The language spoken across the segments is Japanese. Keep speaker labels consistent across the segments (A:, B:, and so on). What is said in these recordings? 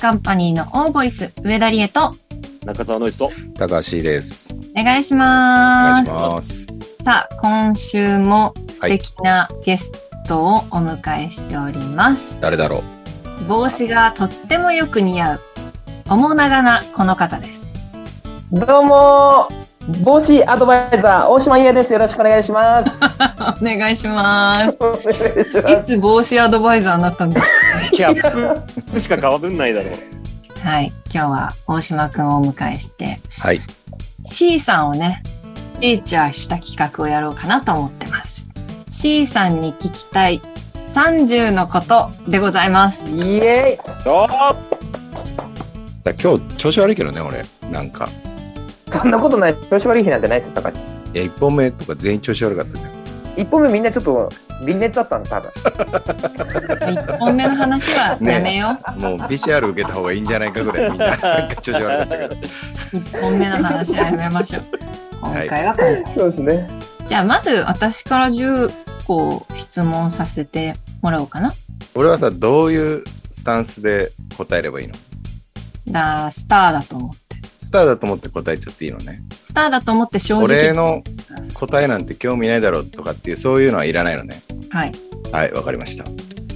A: カンパニーのオーボイス、上田理恵と、
B: 中澤ノイズと
C: 高橋です。
A: お願いし
C: お願い
A: ま
C: し
A: す。
C: ます。
A: さあ、今週も素敵なゲストをお迎えしております。
C: 誰だろう。
A: 帽子がとってもよく似合う、おもながなこの方です。
D: どうもー帽子アドバイザー大島優ですよろしくお願いします
A: お願いします。
D: お願いし
A: いつ帽子アドバイザーになったんですか
B: キャップしか変わんないだろう。
A: はい、今日は大島くんをお迎えして、
C: はい。
A: C さんをね、フィーチャーした企画をやろうかなと思ってます。C さんに聞きたい30のことでございます。
D: ますイエー
B: お
C: だ今日調子悪いけどね、俺。なんか、
D: イそんなことない調子悪い日なんてないですよ高橋
C: いや一本目とか全員調子悪かったじゃん。
D: 一本目みんなちょっと微熱だったんです多分
A: 1本目の話はやめよ
C: もう PCR 受けた方がいいんじゃないかぐらいみん ななんか調子悪かったけど。
A: う。1本目の話はやめましょう。今
C: はい
A: 回はこれ
D: そうですね
A: じゃあまず私から10個質問させてもらおうかな。
C: 俺はさ、どういうスタンスで答えればいいの
A: だスターだと思って。
C: スターだと思って答えちゃっていいのね。
A: スターだと思って正直。
C: 俺の答えなんて興味ないだろうとかっていう、そういうのはいらないのね。
A: はい。
C: はい、わかりました。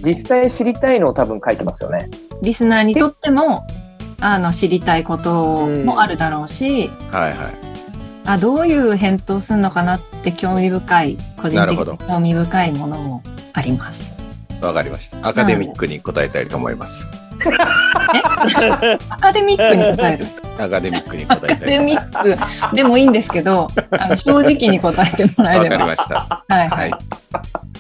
D: 実際知りたいのを多分書いてますよね
A: リスナーにとっても、あの、知りたいこともあるだろうし、
C: はいはい。
A: あどういう返答するのかなって興味深い個人
C: なる
A: 的
C: ほど
A: に興味深いものもあります。
C: わかりました。アカデミックに答えたいと思います。
A: アカデミックに答える。
C: アカデミックに答え
A: アカ
C: たい
A: デ
C: と思い
A: ミックでもいいんですけど、あの正直に答えてもら
C: ます。
A: え
C: わ
A: れ
C: かり
A: ば、
C: ました。
A: はい
C: はい。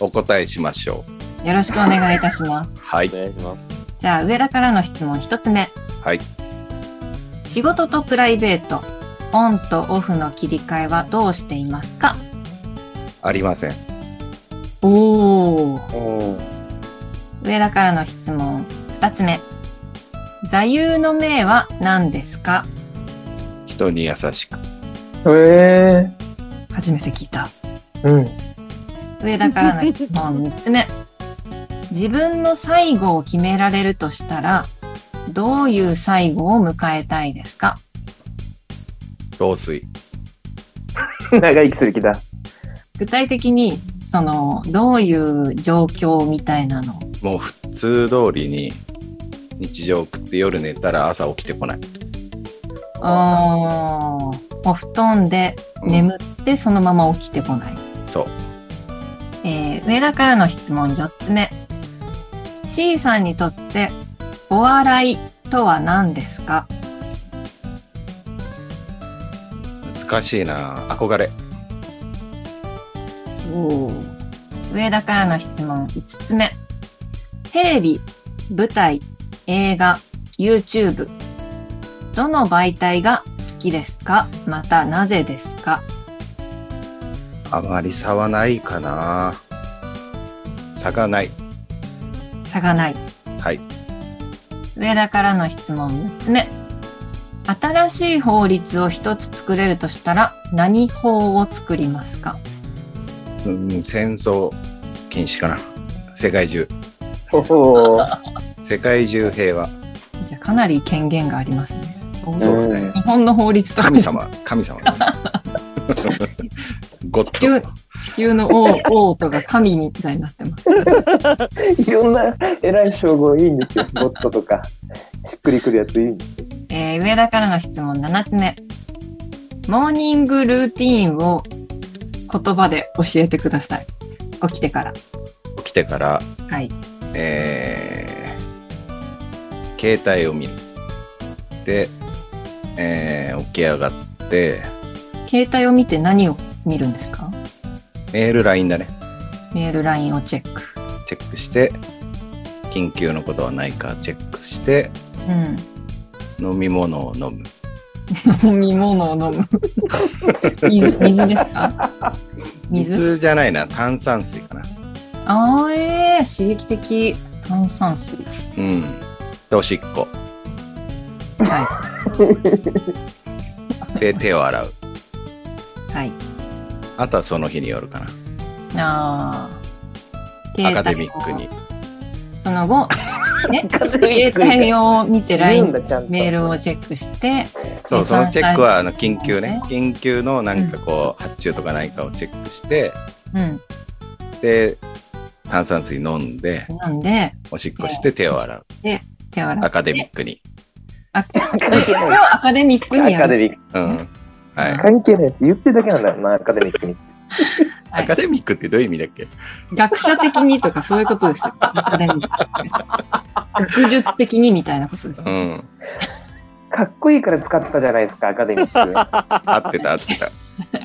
C: お答えしましょ
A: よろしくお願いいたします
C: う。。はい。
B: 願いします。
A: じゃあ上田からの質問一つ目。
C: はい。
A: 仕事とプライベート、オンとオフの切り替えはどうしていますか
C: ありません。
A: おー。
D: うん
A: 上田からの質問二つ目。座右の銘は何ですか
C: 人に優しく。
D: へえ
A: 初めて聞いた。
D: うん
A: 上田からの質問 3つ目自分の最後を決められるとしたらどういう最後を迎えたいですか
C: 老衰。
D: 長生きする気だ
A: 具体的にそのどういう状況みたいなの
C: もう普通通りに日常食って夜寝たら朝起きてこない。
A: あーお布団で
C: うん
A: 眠ってそのまま起きてこない、
C: そう。
A: えー上田からの質問4つ目 C さんにとってお笑いとは何ですか
C: 難しいな憧れ。
A: 上田からの質問5つ目。テレビ、舞台、映画、YouTube。どの媒体が好きですかまたなぜですか
C: あまり差はないかな差がない。
A: 差がない。
C: はい。
A: 上田からの質問6つ目。新しい法律を一つ作れるとしたら何法を作りますか
C: うん戦争禁止かな。世界中。
D: おおー
C: 世界中平和。
A: じゃあかなり権限がありますね。
C: そうですね。
A: 日本の法律とか
C: 神 様。神様。ゴッド。
A: 地球の王王とか神みたいになってます。
D: いろんな偉い称号いいんですよボットと かしっくりくるやついいんです
A: えー上田からの質問7つ目。モーニングルーティーンを言葉で教えてください。起きてから。
C: 起きてから、
A: はい。
C: えー携帯を見る。で、えー起き上がって、
A: 携帯を見て何を見るんですか
C: メール、LINE だね。
A: メール、LINE をチェック。
C: チェックして、緊急のことはないかチェックして、
A: う
C: 飲み物を飲む。
A: ん。飲み物を飲む。水、水ですか水
C: じゃないな、炭酸水かな。
A: あーえー、刺激的。炭酸水。
C: うん。で、おしっこ。
A: は
C: で、手を洗う。
A: い。はい。
C: あとはその日によるかな。
A: あー
C: アカデミック。
A: 携
C: に。
A: 帯をその後、ね
D: 携
A: 携帯を見て LINE
D: だ ちゃんと
A: メールをチェックして、
C: そう、そのチェックは、あの、緊急
A: ね
C: ね。緊急のなんかこう、発注とか何かをチェックして、
A: うん、
C: で、炭酸水飲んで、
A: 飲んで、
C: おしっこして手を洗う。
A: 手を洗って
C: アカデミックに。
A: あそれをアカデミックに
D: ア
A: や
D: カデ
A: る。
D: ミック
C: うん。はい。
D: 関係ないです言ってるだけなんだよなアカデミックに
A: は
C: ア
A: い
C: カデミックってどういう意味だっけ
A: 学者的にとかそういうことですよ。アカデミックって学術的にみたいなことです
C: う
A: よ。
C: ん。
D: かっこいいから使ってたじゃないですかアカデミ ック
C: 合ってた、合ってた。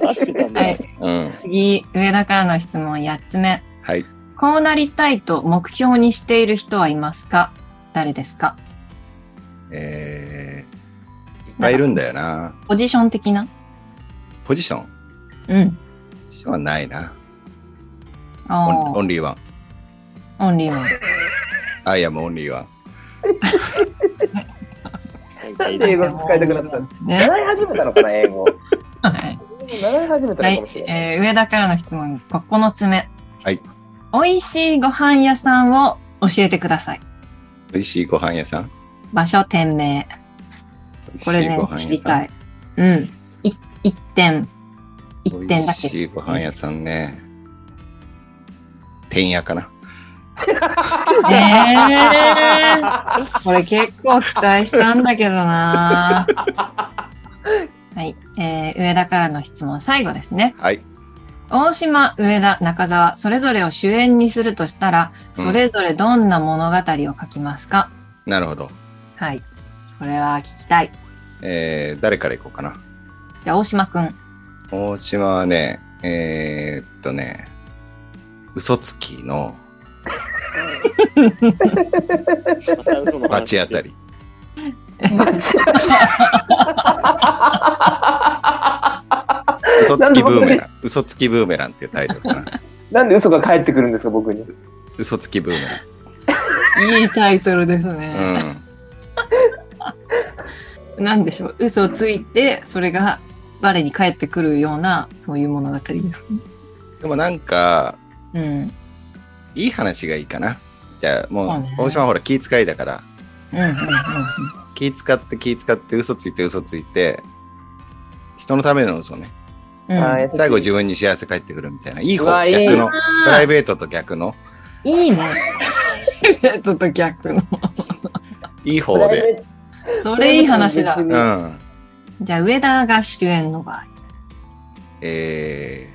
B: 合ってたんだ。
A: はい、
C: うん。
A: 次、上田からの質問8つ目。
C: はい。
A: こうなりたいと目標にしている人はいますか誰ですか
C: えー、いっぱいいるんだよな。
A: ポジション的な
C: ポジション
A: うん。
C: ポジションはないな。オン
A: あ
C: オンリーワン。
A: あ、オンリーワン。
C: アイアムオンリーワン。
B: なんかいい
D: 英
B: ね
D: 語使いたくなった
A: ね。
D: 習い始めたのかな英語
A: はい。
D: 習い始めた
A: は
D: の
A: い
D: かもしれ、ない、
A: えー、上田からの質問、9つ目。
C: はい。
A: 美味しいご飯屋さんを教えてください。
C: 美味しいご飯屋さん。
A: 場所、店名。
C: 美味し
A: これ
C: い
A: ね
C: ご、飯
A: 知
C: 屋
A: り
C: さ
A: た
C: ん。
A: い。うん。い一点。一点だ
C: 美味
A: け。
C: しいご飯屋さんね。てんやかな。
A: えー、これ結構期待したんだけど なはい。えー、上田からの質問、最後ですね。
C: はい。
A: 大島、上田、中澤、それぞれを主演にするとしたら、
C: うん
A: それぞれどんな物語を書きますか、
C: なるほど。
A: はい。これは聞きたい。
C: えー、誰から行こうかな。
A: じゃあ、大島くん。
C: 大島はね、えー、っとね、嘘つきの
B: また嘘の話
C: 罰当た。 り。嘘つきブーメラン。嘘つきブーメランっていうタイトルか な。
D: なんで嘘が返ってくるんですか僕に
C: 嘘つきブーメラ
A: いいタイトルですね。
C: ン。うん。
A: なんでしょう。嘘をついて、それがバレに返ってくるような、そういう物語ですね。
C: でもなんか、
A: うん。
C: いい話がいいかな。じゃあも
A: そう
C: う
A: ね、
C: 大島はほら気遣いだから、
A: うんうんうん
C: 気使って気使って嘘ついて嘘ついて、人のための嘘ね。
A: うん。うん、
D: はい
C: 最後自分に幸せ返ってくるみたいな。いいう方、
D: わいい
C: 逆の。
A: あー
C: プライベートと逆の、
A: いいね。ちょっと逆の。
C: いい方で。
A: それいい話だ
D: 別。に
C: うん。
A: じゃあ、上田が主演の場合。
C: え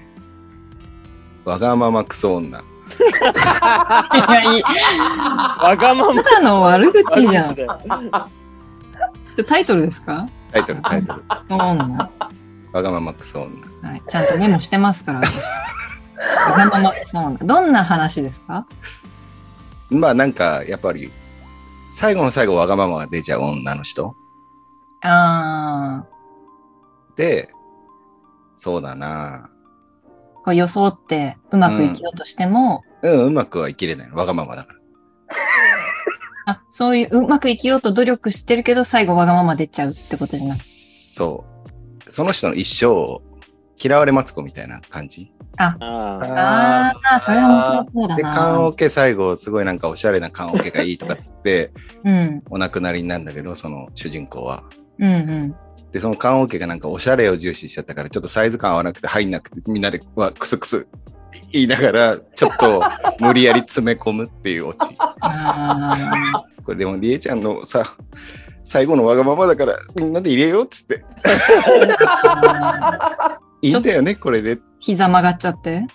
C: ー、わがままクソ女。
A: いや、いい。
B: わがまま
A: ただの悪口じゃん。
B: だよ。
A: タイトルですか
C: タイトル、タイトル。
A: そんな。
C: わがままクソ女。
A: はい。ちゃんとメモしてますから、私。わがままそうなどんな話ですか
C: まあなんか、やっぱり、最後の最後わがままが出ちゃう女の人。
A: あー
C: で、そうだな
A: こう装ってうまくいきようとしても、
C: うん、うまくは生きれないの。わがままだから。
A: あ、そういううまくいきようと努力してるけど、最後わがまま出ちゃうってことじゃなくて。
C: そう。その人の一生を嫌われマツコみたいな感じ。
B: あ
A: あ
D: あ
A: あー、それは面白そうだ
C: で、缶
A: な。
C: オケ最後、すごいなんかおしゃれな缶オケがいいとかっつって、
A: うん。
C: お亡くなりになるんだけど、その主人公は。
A: うんうん。
C: で、その缶オケがなんかおしゃれを重視しちゃったから、ちょっとサイズ感合わなくて入んなくて、みんなではクスクス言いながら、ちょっと無理やり詰め込むっていうオチ。
A: あ
C: これでも、りえちゃんのさ、最後のわがままだから、みんなで入れようっつって、
A: ー
C: いいんだよね、これで。
A: 膝曲がっちゃって。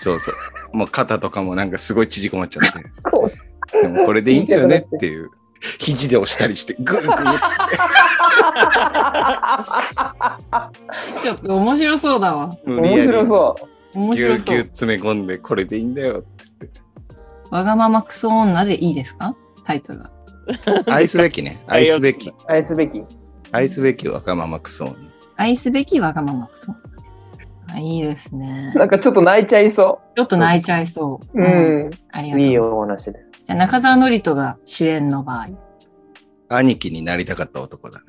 C: そうそう。もう肩とかもなんかすごい縮こまっちゃって。
D: ーこ
C: でもこれでいいんだよねっていう。肘で押したりして、グーグーっつって
A: ちょっと面白そうだわ。
D: う
C: 無理
D: 面
C: やり
D: 白そ
A: 面
C: ぎゅう
A: 白
C: ぎ
A: そう
C: ゅ
A: う。
C: 詰め込んで、これでいいんだよって言って。
A: わがままクソ女でいいですかタイトルは。
C: 愛すべきね。愛すべき。
D: う愛すべき
C: 愛すべきわがままクソ女。
A: 愛すべきわがままクソ女。あいいですね。
D: なんかちょっと泣いちゃいそ
A: ちょっと泣いちゃいそう。
D: ううん、
A: ありがとう。
D: いいお話 です
A: じゃあ、中澤のりとが主演の場合。
C: 兄貴になりたかった男だね。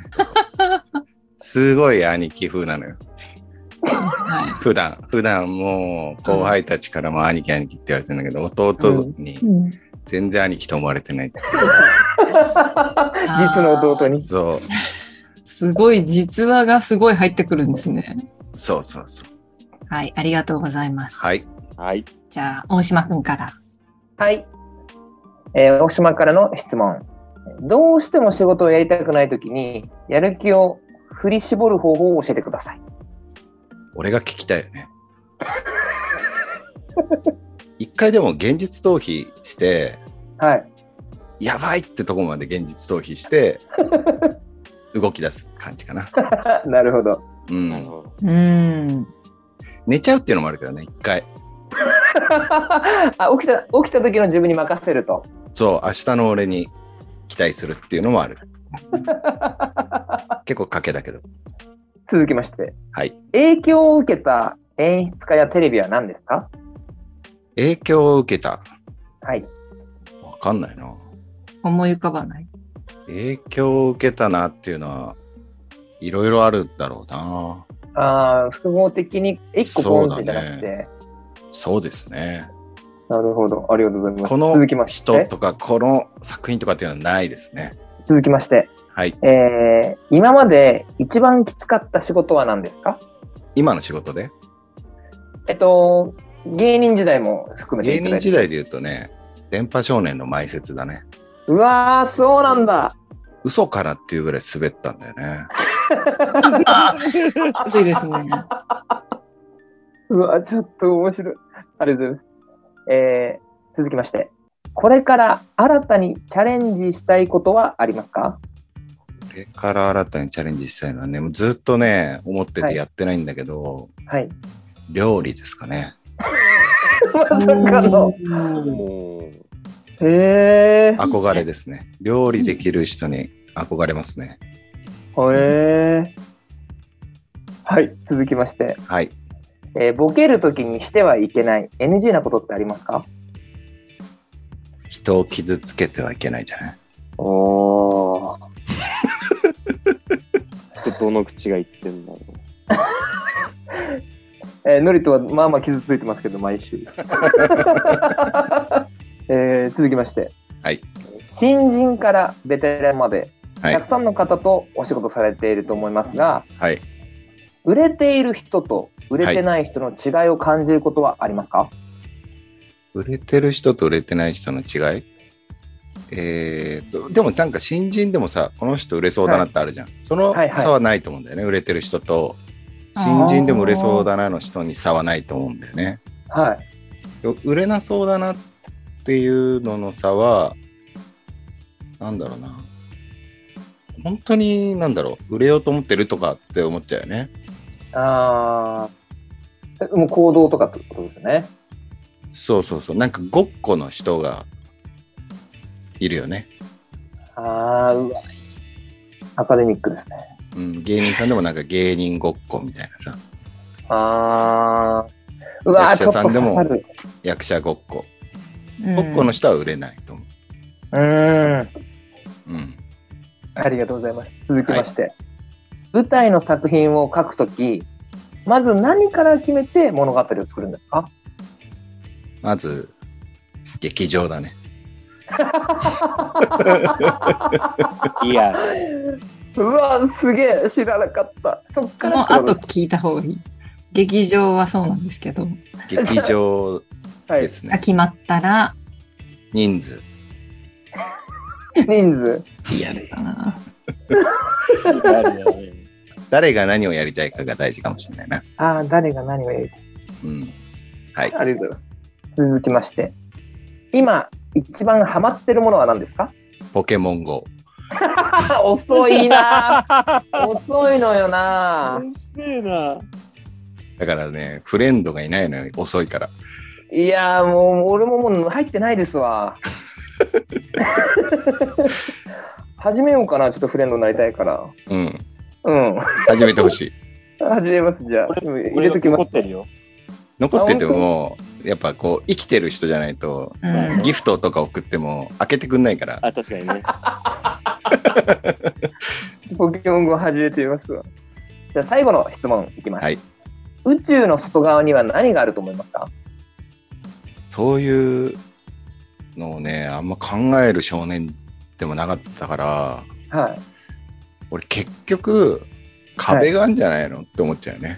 C: すごい兄貴風なのよ。
A: は
C: 普段、普段もう後輩たちからも兄貴兄貴って言われてんだけど、弟に全然兄貴と思われてない。
D: 実の弟に。
C: そ
A: すごい、実話がすごい入ってくるんですね。
C: う、そうそうそう。
A: はい、ありがとうございます。
C: はい。
B: はい。
A: じゃあ、大島くんから。
D: はい。えー大島からの質問。どうしても仕事をやりたくないときに、やる気を振り絞る方法を教えてください。
C: 俺が聞きたいよね。一回でも現実逃避して、
D: はい。
C: やばいってとこまで現実逃避 して、動き出す感じかな。
D: なるほど。
C: う
B: なる
C: ん。
B: ほど。
A: うーん。
C: 寝ちゃうっていうのもあるけどね、一回。
D: あ起きた、起きた時の自分に任せると。
C: そう、明日の俺に期待するっていうのもある。結構賭けだけど。
D: 続きまして。
C: はい。
D: 影響を受けた演出家やテレビは何ですか
C: 影響を受けた。
D: はい。
C: わかんないな。
A: 思い浮かばない。
C: 影響を受けたなっていうのは、いろいろあるんだろうな。
D: ああ、複合的に一個ポンってじゃなく
C: そう
D: て、
C: だそうですね。
D: なるほど。ありがとうございます。
C: この
D: 続きまし
C: 人
D: て。
C: とか、この作品とかっていうのはないですね。
D: 続きまして。
C: はい。
D: えー、今まで一番きつかった仕事は何ですか
C: 今の仕事で
D: えっと、芸人時代も含め
C: 芸
D: ていただ
C: 人
D: い
C: 時
D: て。
C: 代で言うとね、電波少年の前説だね。
D: うわー、そうなんだ。
C: 嘘からっていうぐらい滑ったんだよね。
A: 熱いですね。
D: うわ、ちょっと面白い。ありがとうございます。えー、続きまして。これから新たにチャレンジしたいことはありますか
C: これから新たにチャレンジしたいのはね、もうずっとね、思っててやってないんだけど、
D: はい。
C: 料理ですかね。
D: まさかの。
A: うん
B: もう、
D: へえ。
C: 憧れですね。料理できる人に憧れますね。
D: へえ。はい、続きまして。
C: はい。
D: えー、ボケるときにしてはいけない NG なことってありますか
C: 人を傷つけてはいけないじゃない。
D: おー。
B: ちょっとどの口が言ってんだろう。
D: えー、ノリとはまあまあ傷ついてますけど、毎週。 えー、続きまして。
C: はい。
D: 新人からベテランまで、
C: はい
D: たくさんの方とお仕事されていると思いますが、
C: はい。
D: 売れている人と売れてない人の違いを感じることはありますか、
C: 売れてる人と売れてない人の違いえー、とでもなんか新人でもさこの人売れそうだなってあるじゃん、その
D: はいはい
C: 差はないと思うんだよね、売れてる人と新人でも売れそうだなの人に差はないと思うんだよね
D: はい。
C: 売れなそうだなっていうのの差はなんだろうな本当になんだろう売れようと思ってるとかって思っちゃうよね
D: ああ。もう行動とかってことですよね。
C: そうそうそうなんかごっこの人がいるよね
D: ああ、うわ。アカデミックですね。
C: うん、芸人さんでもなんか芸人ごっこみたいなさ、
D: ああ。うわー、ち
C: 役者
D: ょっ
C: さ
D: と
C: んで
D: 刺
C: も
D: さる。
C: 役者ごっこ。
A: うん
C: ごっこの人は売れないと思
D: うーん。
C: う。うん。
D: ありがとうございます。続きまして、舞台の作品を書くとき、まず何から決めて物語を作るんですか
C: まず、劇場だね。
B: いや、
D: うわ、すげえ、知らなかった。そっ
A: こ
D: から
A: の後聞いた方がいい。劇場はそうなんですけど、
C: 劇場
D: はい
C: で、す
A: が
C: ね。
A: 決まったら、
C: 人数。
D: 人数。
C: やれ
A: あ
B: いやいやい や
C: 誰が何をやりたいかが大事かもしれないな。
D: ああ、誰が何を言う
C: うん。はい。
D: ありがとうございます。続きまして、今、一番ハマってるものは何ですか
C: ポケモン GO。
D: 遅いなー 遅いのよな
B: うっせえな。
C: だからね、フレンドがいないのよ。遅いから。
D: ーいやーもう俺ももう入ってないですわ始めようかなちょっとフレンドになりたいから
C: うん。
D: うん。
C: 始めてほしい。
D: 始めます、じゃあ。入れときま
B: 俺が怒
D: す
B: っ。てるよ。
C: 残ってても、やっぱこう、生きてる人じゃないと、
A: ーうん
C: ギフトとか送っても開けてくんないから。
B: あ、確かにね。
D: ポケモン GO 始めてみますわ。じゃあ、最後の質問いきます。
C: はい
D: 宇宙の外側には何があると思いますか
C: そういうのをねあんま考える少年でもなかったから
D: はい。
C: 俺結局壁があるんじゃないの、って思っちゃうよね。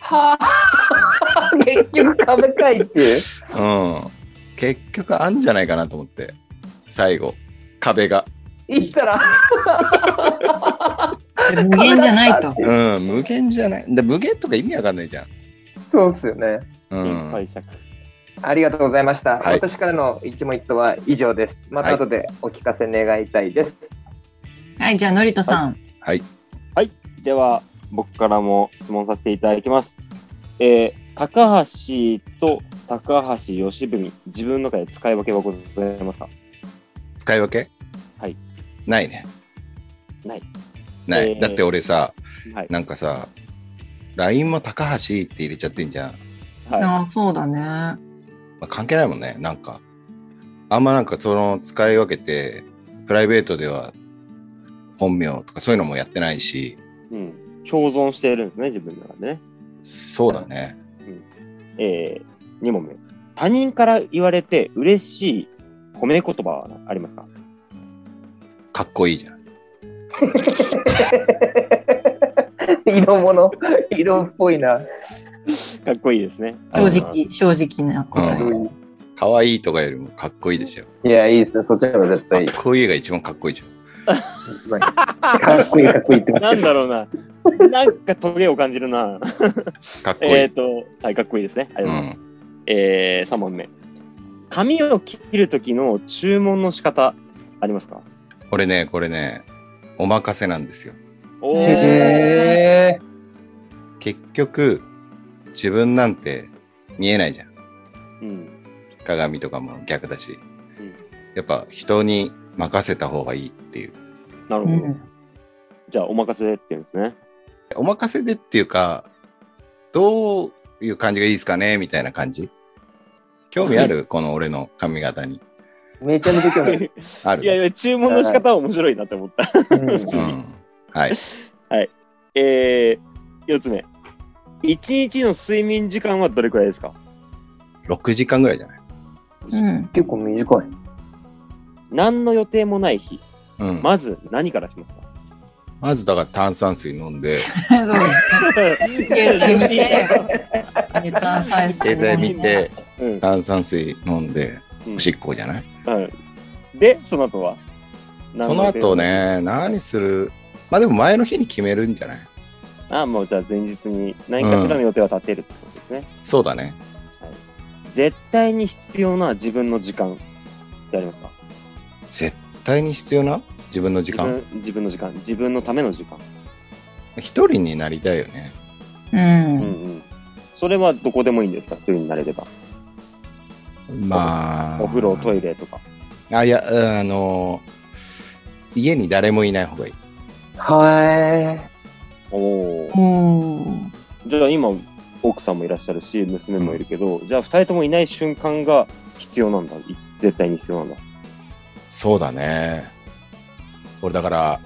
D: はあ、 結局壁かいっていう。
C: うん、結局あんじゃないかなと思って最後壁が、
D: 言ったら、
A: 無限じゃないと。
C: うん、無限じゃないで無限とか意味わかんないじゃん。
D: そうっすよね。
C: う
B: 原
C: ん、
B: 解釈。
D: ありがとうございました。
C: はい
D: 私からの一問一答は以上です。また後でお聞かせ願いたいです。
A: はい、じゃあ、のりとさん。
B: では、僕からも質問させていただきます。えー、高橋と高橋義文、自分の中で使い分けはございますか
C: 使い分け
B: はい
C: ないね
B: ない。
C: ない、
B: えー
C: だって俺さ
B: はい。
C: なんかさ LINE も高橋って入れちゃってんじゃん、ま
B: は
A: ああ、そうだね。
C: あ関係ないもんねなんかあんまなんかその使い分けてプライベートでは本名とかそういうのもやってないし
B: い。うん。共存してるんですね、自分の中でね。
C: そうだね
B: えー、2問目。他人から言われて嬉しい褒め言葉はありますか
C: かっこいいじゃん
D: 色物、色っぽいな。
B: かっこいいですね。
A: 正直、正直な答え。
C: かわいいとかよりもかっこいいでしょ
D: いや、いいですね。そっちの方が絶
C: かっ
D: 対いい。か
C: こいいが一番かっこいいじゃん
D: っこいい、かっこいいって
B: あー。 なんだろうな。なんかトゲを感じるな。
C: かっこいい、
B: えっと、はい、かっこいいですね。ありがとうございます。えー、3問目。髪を切る時の注文の仕方ありますか
C: 俺ねこれねお任せなんですよ
B: おー、
D: へえ
C: 結局自分なんて見えないじゃん
B: うん。
C: 鏡とかも逆だし、
B: うん
C: やっぱ人に任せた方がいいっていう
B: なる
A: う
B: ほど。
A: ん。
B: じゃあ、お任せでって言うんですね。
C: お任せでっていうかどういう感じがいいですかねみたいな感じ興味 あるこの俺の髪型に
D: めちゃめちゃ興味ある。
C: ある
B: いやいや、注文の仕方は面白いなって思った。
D: うん
C: うん、はい
B: えー、4つ目。1日の睡眠時間はどれくらいですか
C: 6時間ぐらいじゃない
A: うん。
D: 結構短い。
B: 何の予定もない日、
C: うんま
B: まず何からしますか、
C: ずだから炭酸水飲ん で
A: そうです携帯見てネタサイズ
C: 携帯見て
B: うん
C: 炭酸水飲んで
B: うん
C: おしっこじゃない、
B: うんで、その後は
C: その後。ね何するまあでも前の日に決めるんじゃない
B: あ、もうじゃあ前日に何かしらの予定は立てるってことですね。
C: そうだね
B: 絶対に必要な自分の時間ってありますか
C: 絶対に必要な自分の時間
B: 自分自分の時間。自分のための時間。
C: 一人になりたいよね
A: う。
B: うんんうん。それはどこでもいいんですか一人になれれば。
C: まあ
B: お風呂、トイレとか。
C: あいやうんあの家に誰もいない方がいい
D: は
B: おおー。
A: うん。
B: じゃあ今、奥さんもいらっしゃるし、娘もいるけど、じゃあ二人ともいない瞬間が必要なんだ。い絶対に必要なんだ。
C: そうだね俺だから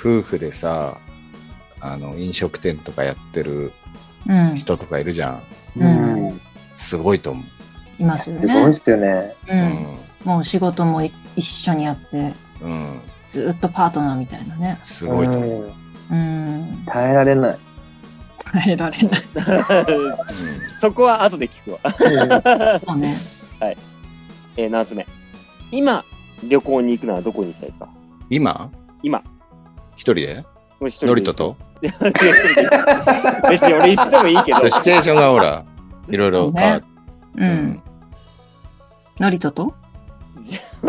C: 夫婦でさあの飲食店とかやってる
A: うん。
C: 人とかいるじゃん
D: い。
A: うん
D: うん
C: すごいと思う、
A: いますよ
D: すごいっ
A: ね。
D: すよね。
A: う。
C: うん
A: もう仕事もい一緒にやって、
C: うん
A: ずっとパートナーみたいなね。
C: すごいと思う、うん
D: うん
A: うん。
D: 耐えられない。
A: 耐えられない。
B: そこは後で聞くわ。
A: そうね。
B: えー、7つ目。今、旅行に行くならどこに行きたいですか
C: 今
B: 今、
C: 一人で
B: もう一人で
C: ノリトと
B: いや一人で別に俺一緒でもいいけど。
C: シチュエーションがほらいろいろ変わる、
A: う。
C: うん
A: のりとと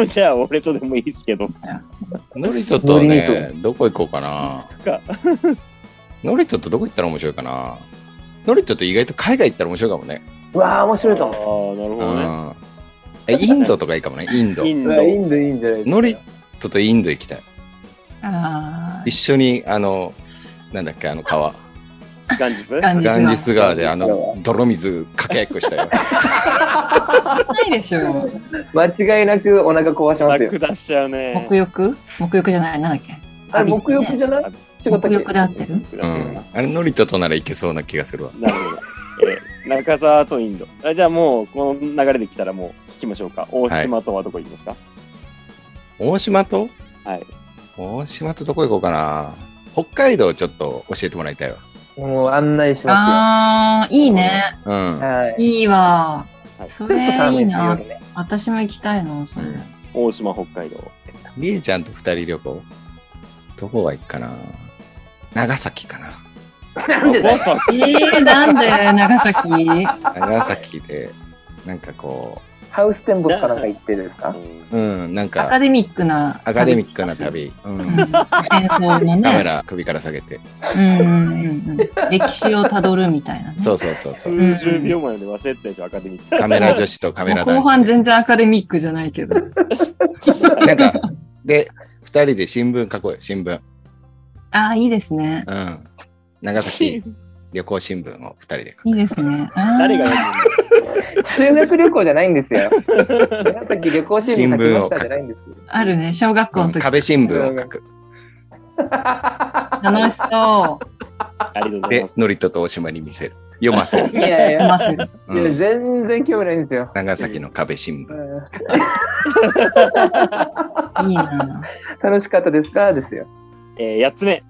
B: じゃあ俺とでもいいですけど。
C: ノリトと
D: ノリ
C: ね、どこ行こうかな
B: か。
C: ノリトとどこ行ったら面白いかな。ノリトと意外と海外行ったら面白いかもね。
D: うわあ、面白いか
B: あ
D: も。
B: あ、なるほ
C: う
B: どね。
C: ん。え、インドとかいいかもね。インド。
B: イ
C: ち
B: ンド。
D: うわインドいいんじゃない
C: ノリょっとインド行きたい。
A: ああ
C: 一。緒に、あの、なんだっけ、あの川。
B: ガンジス
A: ガンジス
C: ガンジス川で、あ
D: ガンジス川
C: の、泥水かけっこしたよ。
A: ないでしょ。
D: 間違いなくお腹壊しますよ。
B: 下しちゃうね
A: 木。浴木浴じゃない、なんだっけ。
D: あれ、沐浴じゃない違ったっけ
A: 沐浴で合ってる
B: 下
C: う
B: ってる
C: ん。あれ、ノリトとならいけそうな気がするわ。
B: ななるほど。えー中澤とインド。あじゃあもう、この流れで来たらもう、聞きましょうか。大島とはどこ行きますか
C: 大島と
B: はい。
C: 大島とどこ行こうかな。北海道ちょっと教えてもらいたいわ。
D: もう案内しま
A: あー、いいね。
C: うん
D: すよ。。はい。
A: いいわ
B: は。い
A: そ
D: ちょ
A: れ
D: っと寒
A: い
D: い
A: い
D: ですよ、
A: な
D: 夜。ね。
A: 私も行きたいな、それ。
C: うん
B: 大島、北海道。
C: りえちゃんと二人旅行どこが行くかな長崎かな。
D: なんでだよ。
B: 長崎
A: えー、なんで長崎
C: 長崎で、なんかこ
D: ハウステンボスかなんか行ってですか
C: う、うん、なん
A: アカ
C: か
A: デミックな。
C: アカデミックな。旅。う
A: うん ん。戦争の
C: カメ
A: ね。
C: ラ首から下げて。
A: うんうんうんうん。歴史をたどるみたいなね。
C: そうそうそうそう。
B: うん数十秒前で忘れてたでしょ、アカデミ ック。
C: カメラ女子とカメラ
A: もう
C: 男
A: 後半
C: 子で。
A: 全然アカデミックじゃないけど。
C: なんか、で、二人で新聞書こうよ、新聞。
A: ああ、いいですね。
C: うん。長崎旅行新聞を二人で書く
A: いいですね。あー
B: 誰が読
D: 修学旅行じゃないんですよ。長崎旅行新聞書きましたじゃないんですよ。
A: あるね。小学校
C: う
A: の
C: ん
A: 時。
C: 壁新聞を書く。
A: 楽しそ。
B: ありがとうござい
C: で
B: ま、す。
C: ノリトと大島に見せる。読ませ
D: い
C: る。
D: やいうや、
A: ます。
C: う
D: いや
C: ん、
D: 全然興味ないんですよ。
C: 長崎の壁新
D: う
C: 聞。
D: ん
A: いいな。
D: 楽しかったですかですよ。
B: えー、8つ目。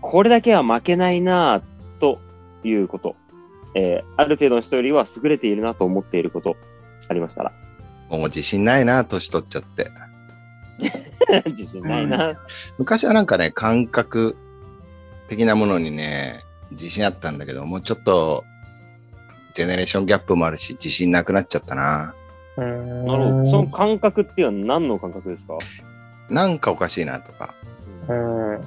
B: これだけは負けないなあということ。えー、ある程度の人よりは優れているなと思っていることありましたら。
C: もう自信ないな、年取っちゃって。
B: 自信ないな。
C: 昔はなんかね、感覚的なものにね、自信あったんだけど、もうちょっと、ジェネレーションギャップもあるし、自信なくなっちゃったな。
D: な
B: なるほど。その感覚っていうのは何の感覚ですか
C: なんかおかしいなとか、
D: うん。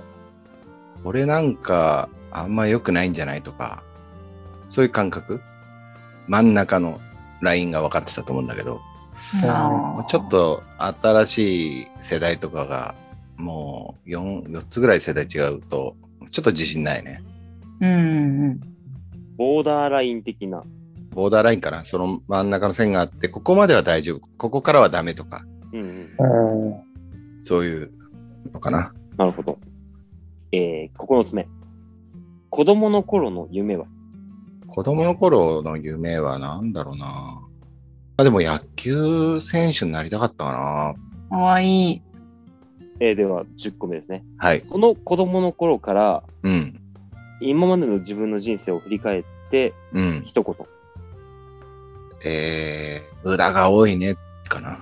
C: 俺なんかあんま良くないんじゃないとか、そういう感覚真ん中のラインが分かってたと思うんだけど、もうちょっと新しい世代とかが、もう 4, 4つぐらい世代違うと、ちょっと自信ないね。
A: うんうん。
B: ボーダーライン的な。
C: ボーダーラインかな、その真ん中の線があって、ここまでは大丈夫、ここからはダメとか、
B: うんうん。
D: うん。
C: そういうのかな。
B: なるほど。えー、9つ目。子供の頃の夢は
C: 子供の頃の夢は何だろうな。あでも野球選手になりたかったかな。
A: かわいい。
B: えー、では10個目ですね。
C: はい。
B: この子供の頃から
C: うん。
B: 今までの自分の人生を振り返って
C: うん。
B: 一言。
C: えー、無駄が多いね、かな。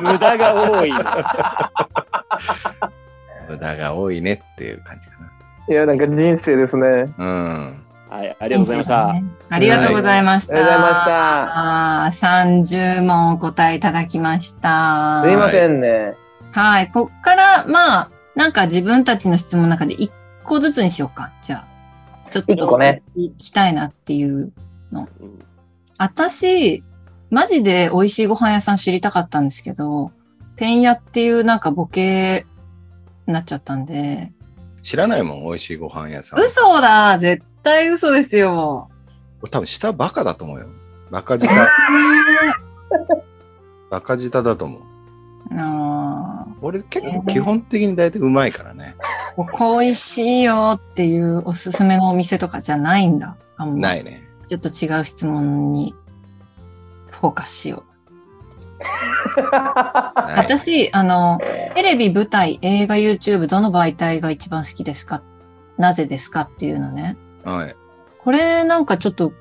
B: 無駄が多い。
C: 無駄が多いねっていう感じか
D: いや、なんか人生ですね。あり
C: な。うん。
B: はい、ありがとうございました。
A: いいですね。ありがとうございました。
D: がとうございました。
A: ああ、30問お答えいただきました。
D: すいませんね。
A: はい。こっから、まあ、なんか自分たちの質問の中で1個ずつにしようか。じゃあ、ちょっと
D: 一個ね
A: 聞きたいなっていう。
B: うん
A: 私、マジで美味しいご飯屋さん知りたかったんですけど、てんやっていうなんかボケになっちゃったんで、
C: 知らないもん、美味しいご飯屋さん。
A: 嘘だ絶対嘘ですよ。
C: 俺多分下バカだと思うよ。バ カ舌、バカ舌だと思う。
A: なあ
C: 俺結構基本的に大体うまいからね。
A: ここ美味しいよっていうおすすめのお店とかじゃないんだ。あんま
C: ないね。
A: ちょっと違う質問にフォーカスしよう。
C: ないね。
A: 私、あの、テレビ、舞台、映画、YouTube、どの媒体が一番好きですかなぜですかっていうのね。
C: はい。
A: これなんかちょっと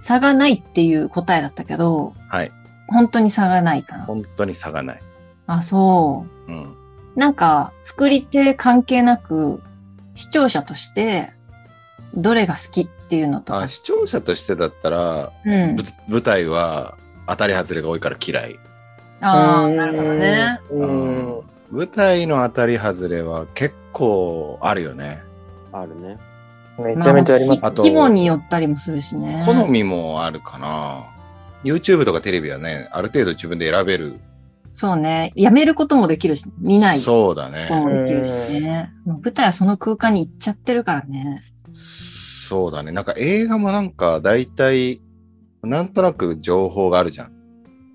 A: 差がないっていう答えだったけど、
C: はい。
A: 本当に差がないかな。
C: 本当に差がない。
A: あ、そ
C: うん。
A: う。なんか作り手関係なく視聴者としてどれが好きっていうのとか
C: あ。視聴者としてだったら、
A: うん
C: ぶ。舞台は当たり外れが多いから嫌い。
A: ああ、なるほどね。
D: うん。
C: 舞台の当たり外れは結構あるよね。
B: あるね。
D: めちゃめちゃあります。
C: あと
A: 規模によったりもするしね。
C: 好みもあるかな。YouTube とかテレビはね、ある程度自分で選べる。
A: そうね。やめることもできるし、見ない
C: そうだ
A: こと
C: ね。
A: もできるしね。もう舞台はその空間に行っちゃってるからね。
C: そうだね。なんか映画もなんか大体、なんとなく情報があるじゃ
A: うん
C: ん。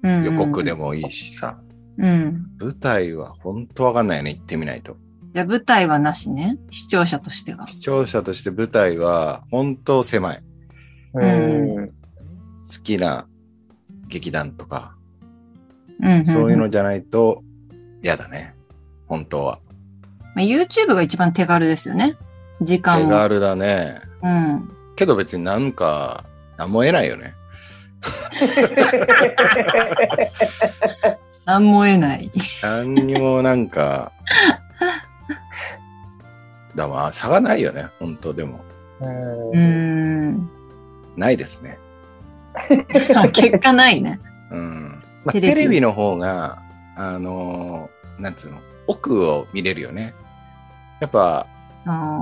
A: うん
C: 予告で。もいいしさ。
A: うん。
C: 舞台は本当わかんないよね。行ってみないと。
A: じゃあ舞台はなしね。視聴者としては。
C: 視聴者として舞台は本当狭い。
D: うん。
C: 好きな劇団とか、
A: うんんん
C: そういうのじゃないと嫌だね。本当は。
A: まあ、YouTube が一番手軽ですよね。時間
C: 手
A: も。
C: 軽だね。
A: うん。
C: けど別になんか、何も得ないよね。
A: なんも得ない。
C: 何にもなんか、 だわ、差がないよね。本当でも。
A: うー ん。
C: ないですね。
A: 結果ないね。
C: うん。まあ、
A: テ
C: テ
A: レビ
C: レビの方が、あのーなんつうの、奥を見れるよね。やっぱ、
A: あ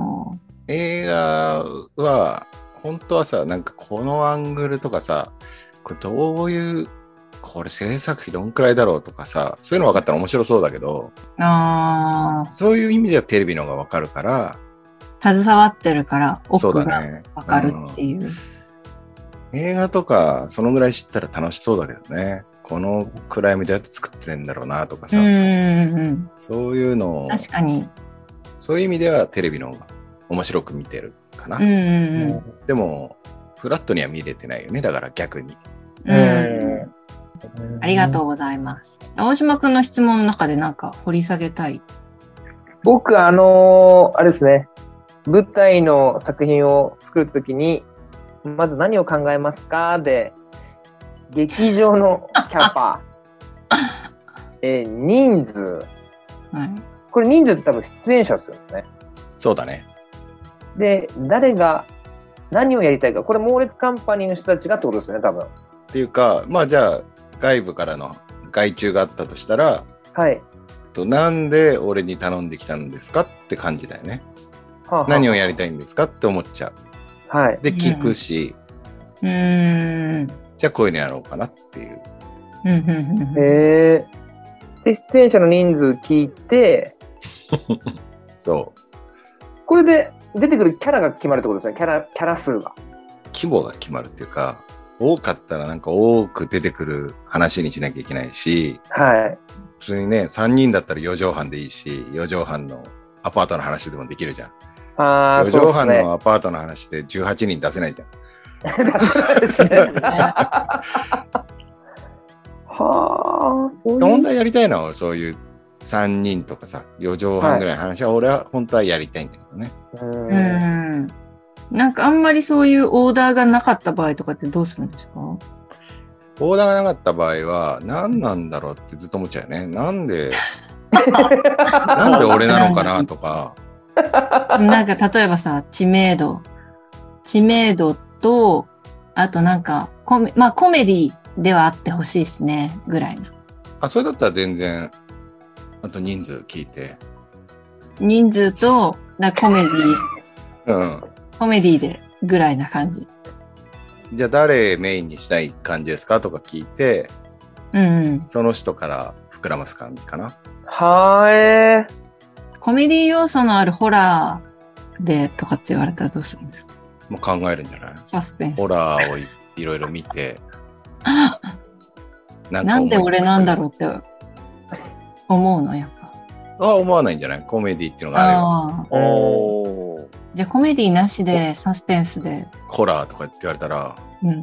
C: 映画は本当はさなんかこのアングルとかさこれどういうこれ制作費どんくらいだろうとかさそういうの分かったら面白そうだけど
A: ーあ
C: そういう意味ではテレビの方が分かるから
A: ー。携わってるから、
C: そ
A: 奥
C: うだ
A: が
C: ね
A: わかるっていう。
C: 映画とかそのぐらい知ったら楽しそうだけどねこのくらいみたいなやつ作ってんだろうなとか
A: う
C: さ、
A: んうんうん
C: そういうの
A: う
C: を
A: ん。確かに。
C: そういう意味ではテレビの方が面白く見てるかな、
A: うんうん
C: でもフラットには見れてないよねだから逆に
A: うん。うんありがとうございます。大島くんの質問の中でなんか掘り下げたい。
D: 僕、あのーあれですね、舞台の作品を作るときに、まず何を考えますかで、劇場のキャ パ、えー人数、
A: はい。
D: これ人数って多分出演者ですよね。
C: そうだね
D: で、誰が何をやりたいか、これ猛烈カンパニーの人たちがってことですよね、多分。
C: っていうかまあじゃあ外部からの外注があったとしたら
D: はい。
C: となんで俺に頼んできたんですかって感じだよね
D: はあはあ
C: 何をやりたいんですかって思っちゃう
D: はい。
C: で聞くし、
A: うーん。
C: じゃあこういうのやろうかなっていう
A: うんうんうんうん
D: へえ。で、出演者の人数聞いて、
C: そう
D: これで出てくるキャラが決まるってことですね、キャラキャラ数が。
C: 規模が決まるっていうか多かったらなんか多く出てくる話にしなきゃいけないし
D: はい。
C: 普通にね3人だったら4畳半でいいし4畳半のアパートの話でもできるじゃん
D: ああ、
C: 4
D: そ
C: 畳
D: うです
C: 半
D: ね。
C: のアパートの話で18人出せないじゃん
D: はあ、そういう。
C: 本当はやりたいのはそういう3人とかさ4畳半ぐらいの話は俺は本当はやりたいんだけどね、
D: うん
A: うんなんかあんまりそういうオーダーがなかった場合とかってどうするんですか
C: オーダーがなかった場合は何なんだろうってずっと思っちゃうよねなん でなんで俺なのかなとか
A: なんか例えばさ、知名度。知名度と、あとなんかコメ、まあコメディではあってほしいですね、ぐらいな。
C: あそれだったら全然あと人数聞いて
A: 人数と、なコメディ、
C: うん
A: コメディで、ぐらいな感じ。
C: じゃあ誰メインにしたい感じですかとか聞いて
A: うんうん。
C: その人から膨らます感じかな
D: はーえ
A: コメディ要素のあるホラーでとかって言われたらどうするんですか
C: もう考えるんじゃない
A: サスペンス。
C: ホラーをいいろいろ見 てな
A: なんで俺なんだ
C: う
A: ろうって思うの、やっぱ。
C: は思わないんじゃないコメディっていうのがあれば、
A: あー
B: おー。
A: じゃあコメディなしでサスペンスで。
C: ホラーとかって言われたら、
A: うん。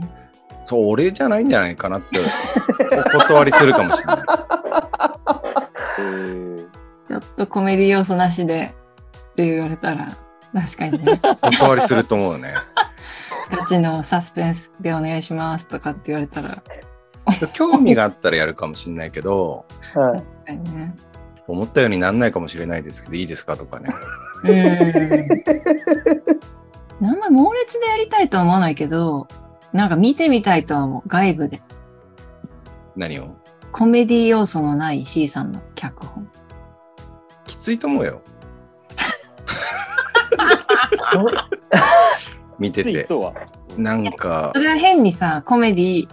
C: そう、俺じゃないんじゃないかなって、お断りするかもしれない。
B: えー
A: ちょっとコメディ要素なしでって言われたら、確かに ね。
C: お断りすると思うよね。
A: ガチのサスペンスでお願いしますとかって言われたら、
C: 興味があったらやるかもしれないけど、
D: はい。
A: 確かにね。
C: 思ったようになんないかもしれないですけど、いいですかとかね。
A: うん。 あんま猛烈でやりたいとは思わないけど、なんか見てみたいとは思う。外部で。
C: 何を
A: コメディ要素のない C さんの脚本。
C: きついと思 うよ。見て
B: つい
C: て。
B: とは。
C: なんか
A: そ、れは変にさ、コメディ、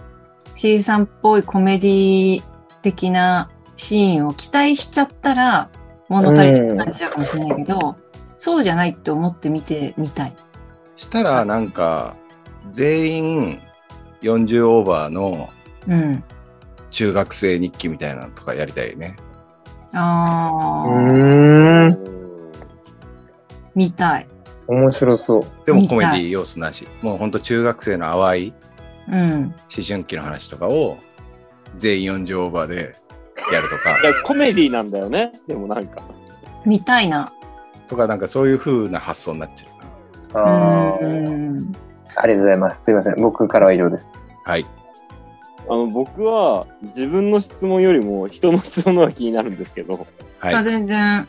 A: C さんっぽいコメディ的なシーンを期待しちゃったら、物足りなく感じちゃうかもしれないけど、そうじゃないって思って見てみたい。
C: したらなんか、全員40オーバーの
A: うん。
C: 中学生日記みたいなのとかやりたいよね。
A: あ
D: う
A: ー、
D: ーん。
A: 見たい。
D: 面白そう。
C: で
A: 見
C: も
A: たい
C: コメディ要素なし。もうほんと中学生の淡い
A: うん。
C: 思春期の話とかを全員40オーバーでやるとか
B: いやコメディなんだよねでもなんか
A: 見たいな。
C: とかなんかそういう風な発想になっちゃうな
D: あ
A: う
D: ー
A: ん
D: ありがとうございます。すいません。僕からは以上です。
C: はい
B: あの僕は自分の質問よりも人の質問の方が気になるんですけど
A: まあ
C: は
A: 全然。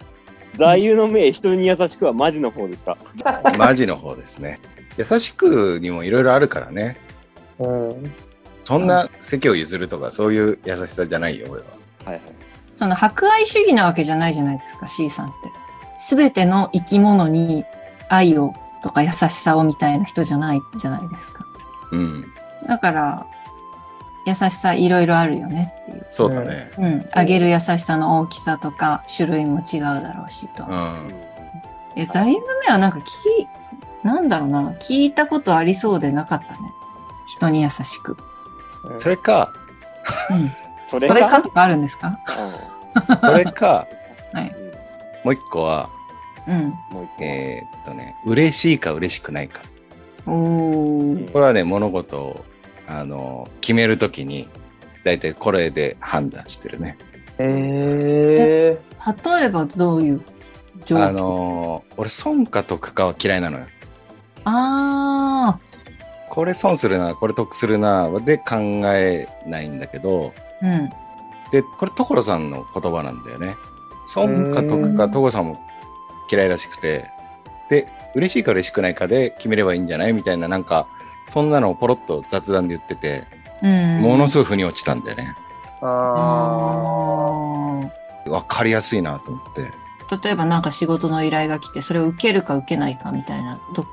B: 座右の銘人に優しくはマジの方ですか
C: い マジの方ですね優しくにもいろいろあるからね
D: うん。
C: そんな席を譲るとかそういう優しさじゃないよ俺は
B: はいはい
A: その博愛主義なわけじゃないじゃないですか C さんって。すべての生き物に愛をとか優しさをみたいな人じゃないじゃないですか。
C: うん
A: だから優しさいろいろあるよねっていう。
C: そうだね
A: うん、あげる優しさの大きさとか種類も違うだろうしと。
C: うん
A: え座右の銘はなんか聞いなんだろうな聞いたことありそうでなかったね。人に優しく。
C: それか
B: それ
A: そ
B: か
A: れかとかあるんですか？
C: それか
A: はい
B: うん
C: もう一個は
A: うん。
B: もう一個
C: えーっとね嬉しいか嬉しくないか
A: お
B: う
A: ー
B: ん
C: これはね物事をあの決めるときに大体これで判断してるね
D: え
A: 例えばどういう状況？
C: あのー俺損か得かは嫌いなのよ
A: あ
C: これ損するなこれ得するなで考えないんだけど
A: あ、うん。
C: でこれ所さんの言葉なんだよね損か得
A: う
C: か
A: ん
C: 所さんも嫌いらしくてで嬉しいか嬉しくないかで決めればいいんじゃないみたいななんかそんなのをポロッと雑談で言ってて、
A: うん、
C: ものす
A: ごい。
C: ごい腑に落ちたんだよね
D: ー。あ
C: 分かりやすいなと思って
A: 例えばなんか仕事の依頼が来てそれを受けるか受けないかみたいな時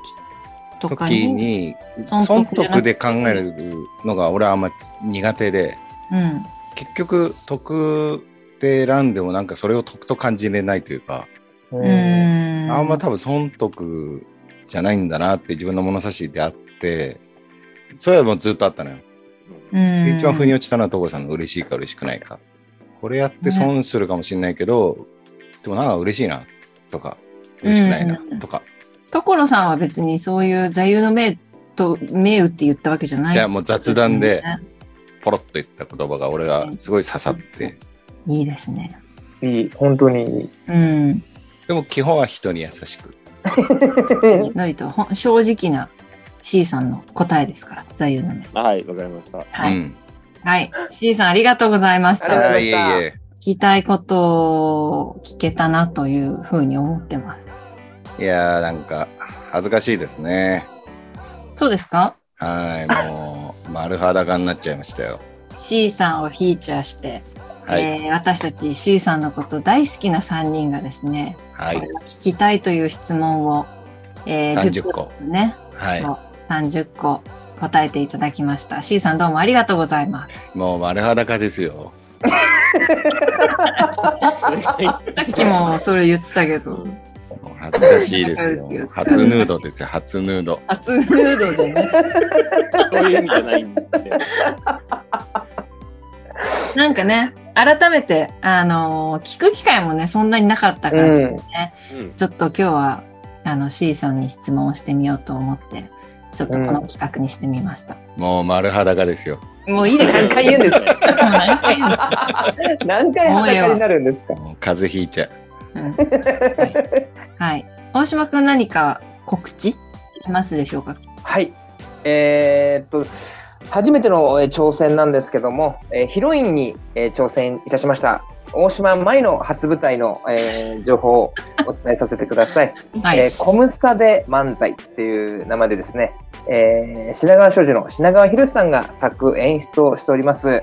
A: とかに
C: 時に
A: 損
C: 損
A: 得じゃなく
C: 得で考えるのが俺はあんま苦手で
A: うん、
C: 結局得って選んでもなんかそれを得と感じれないというか、
D: ー。
A: う
D: うん
A: ん、
C: あんま多分損得じゃないんだなって自分の物差しであってそれはもうずっとあったのよ、
A: うん、
C: 一番腑に落ちたのは所さんの嬉しいか嬉しくないかこれやって損するかもしれないけど、でもなんか嬉しいなとか嬉しくないなとか、
A: 所さんは別にそういう座右の銘と銘打って言ったわけじゃない
C: じゃあもう雑談で
A: ね
C: ポロッと言った言葉が俺はすごい刺さって
A: いいですね
D: いい。本当に いい。
A: うん
C: でも基本は人に優しく
A: のりとほん正直な C さんの答えですから座右の銘
B: はいわかりました
A: はい、
C: うん、
A: はい C さんありがとうございまし
D: ありがとうございました
A: た
C: あーいえいえ
A: 聞きたいことを聞けたなというふうに思ってます
C: いやーなんか恥ずかしいですね。
A: そうですか
C: はい、もう丸裸になっちゃいましたよ。
A: C さんをフィーチャーして、
C: はい、
A: えー私たち C さんのこと大好きな3人がですね、
C: はい、
A: 聞きたいという質問を、えー
C: 30
A: 10
C: 個
A: ずつね、
C: は
A: そう30個答えていただきました C さんどうもありがとうございます。
C: い、もう丸裸ですよ。
A: さっきもそれ言ってたけど、
C: もう恥ずかしいです
A: そうですよ
C: よ。初ヌードですよ、初ヌード。
A: 初ヌードでね、
B: そういう意味じゃないんで
A: なんかね、改めて、あのー聞く機会もね、そんなになかったから、
D: うん。
B: うん
A: ちょっと今日はあの C さんに質問をしてみようと思って、ちょっとこの企画にしてみました。
C: もう丸裸ですよ。
A: もういいです
D: 何回言うんですか
A: 何回言うの
D: 何回裸になるんですか
C: もう風邪ひいちゃう。
A: うんはい。大島くん何か告知しますでしょうか
D: はい。えーっと、初めてのえー挑戦なんですけども、えーヒロインにえー挑戦いたしました。大島舞の初舞台の、えー情報をお伝えさせてください。
A: はい。
D: えーコムスタで漫才っていう名前でですね、えー品川庄司の品川博さんが作演出をしております、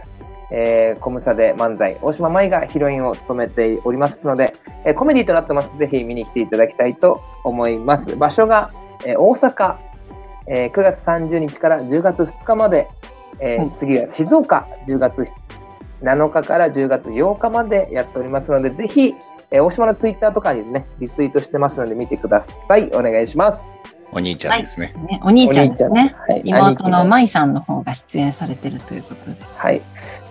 D: えーコムスタで漫才大島舞がヒロインを務めておりますので、えーコメディとなってますぜひ見に来ていただきたいと思います場所が、えー大阪、えー9月30日から10月2日まで、えー
A: うん
D: 次は静岡10月7日から10月8日までやっておりますのでぜひえー大島のツイッターとかにね、リツイートしてますので見てください。お願いします。
C: お兄ちゃんですね。
A: ねお兄ちゃんですね。
D: お兄ちゃんはい、
A: 妹の
D: 兄貴
A: 舞さんの方が出演されてるということで。
D: はい。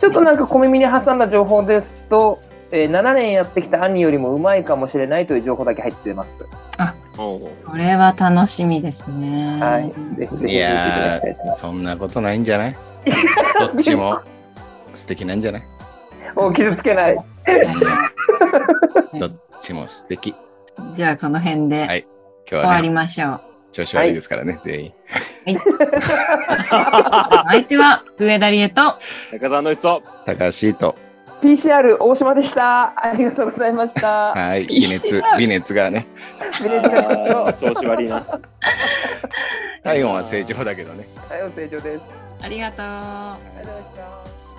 D: ちょっとなんか小耳に挟んだ情報ですと、えー7年やってきた兄よりもうまいかもしれないという情報だけ入ってます。
A: これは楽しみですね。
D: はい。ぜひぜひ見ていただきたいと思いま す。
C: そんなことないんじゃないどっちも。素敵なんじゃない
D: お傷つけない。
C: うんどっちも素敵。
A: じゃあこの辺
C: は
A: で
C: い今日
A: 終わ
C: は、
A: り
C: ね、
A: ましょう。
C: 調子悪いですからね、全員。
A: お相手は上田理恵と
B: 中澤 の人、
C: 高橋と、
D: PCR 大島でした。ありがとうございました。
C: はい、
A: 一
C: 微
A: 緒
C: 熱、微熱がね、
D: ビレッジがちょ
B: 調
D: っと
B: 子悪いな。
C: 体温は正常だけどね。
D: はい、お成長です。
A: ありがとう。
D: ありがとうございました。